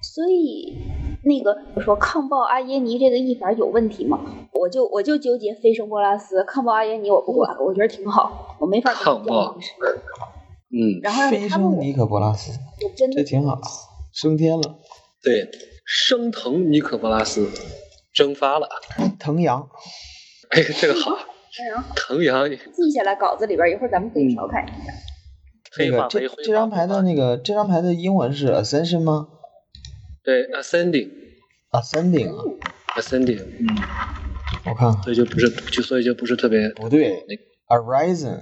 所以那个我说抗暴阿耶尼这个译法有问题吗？我就我就纠结非生波拉斯抗暴阿耶尼我不管，我觉得挺好，我没法跟抗你较暴量。嗯，然后让飞他问升我，尼可波拉斯，我真这的挺好，升天了，对，升腾尼可波拉斯蒸发了，腾阳，哎，这个好，腾 阳记下来稿子里边，一会儿咱们可嗯以调侃一下。那黑个化这为灰这张牌的那那个这张牌的英文是 ascension 吗对 ascending ？ascending 啊， ascending，嗯，我看看，所以就不是就所以就不是特别不对，arisen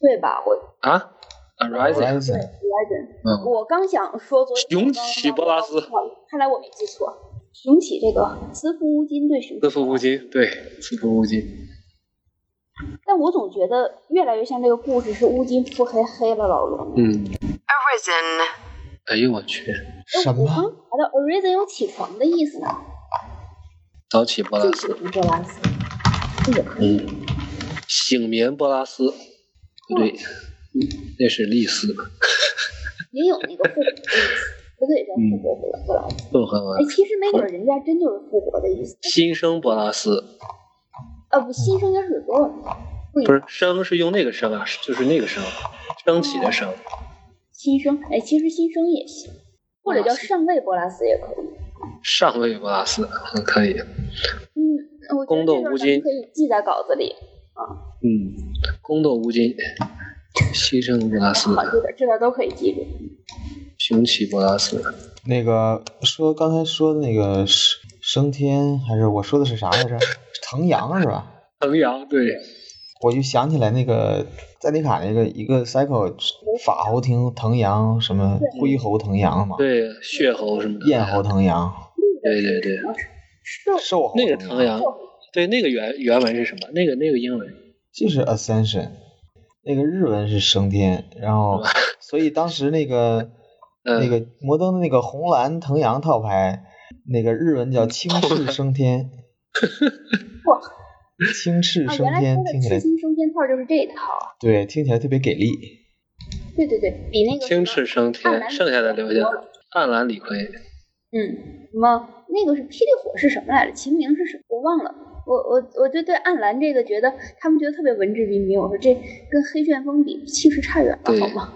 对吧？我啊，arising， arisen， Legend，嗯我刚想说昨天雄起波拉斯，看来我没记错，雄起这个慈父乌金对雄自起，负无尽，对，自负无尽，但我总觉得越来越像这个故事是乌金腹黑黑了老龙。嗯， Arisen. 哎呦我去，哎什我刚么？查到 Arisen 有起床的意思呢，早起波拉这斯，是不波拉斯，这也可以。嗯，醒眠波拉斯，不对，那是利斯，也有那个复活的意思，不对，叫复活不了不了。纵横啊哎，，其实没准人家真就是复活的意思。新生波拉斯，呃，不，新生应该是多文的，不一不是升是用那个升啊，就是那个升，升起的升，新生。哎，其实新生也行，或者叫上位波拉斯也可以。上位波拉斯，嗯，可以，嗯，我觉得宫这斗段咱们无尽可以记在稿子 里。嗯，宫斗无尽，牺牲波拉斯，好，这段这段都可以记住。雄起波拉斯，那个说刚才说的那个升升天还是我说的是啥来着？腾阳是吧？腾阳，对，我就想起来那个赞尼卡那个一个 cycle 法侯腾腾阳什么灰猴腾阳嘛，对，血猴什么的，燕猴腾阳，对对对，兽，兽猴那个腾腾阳，对，那个原原文是什么？那个那个英文，就是 ascension，那个日文是升天，然后所以当时那个嗯那个摩登的那个红蓝腾阳套牌，那个日文叫青翅升天哇，青翅啊，升原来天说的听起来赤心升天套就是这一套啊。对听起来特别给力，对对对，比那个青什翅么升暗蓝天，李逵剩下的留下多了，暗蓝李逵，嗯，什么那个是霹雳火是什么来着？秦明是什么？我忘了。我我我就对暗蓝这个觉得他们觉得特别文质彬彬，我说这跟黑旋风比气势差远了，对好吗？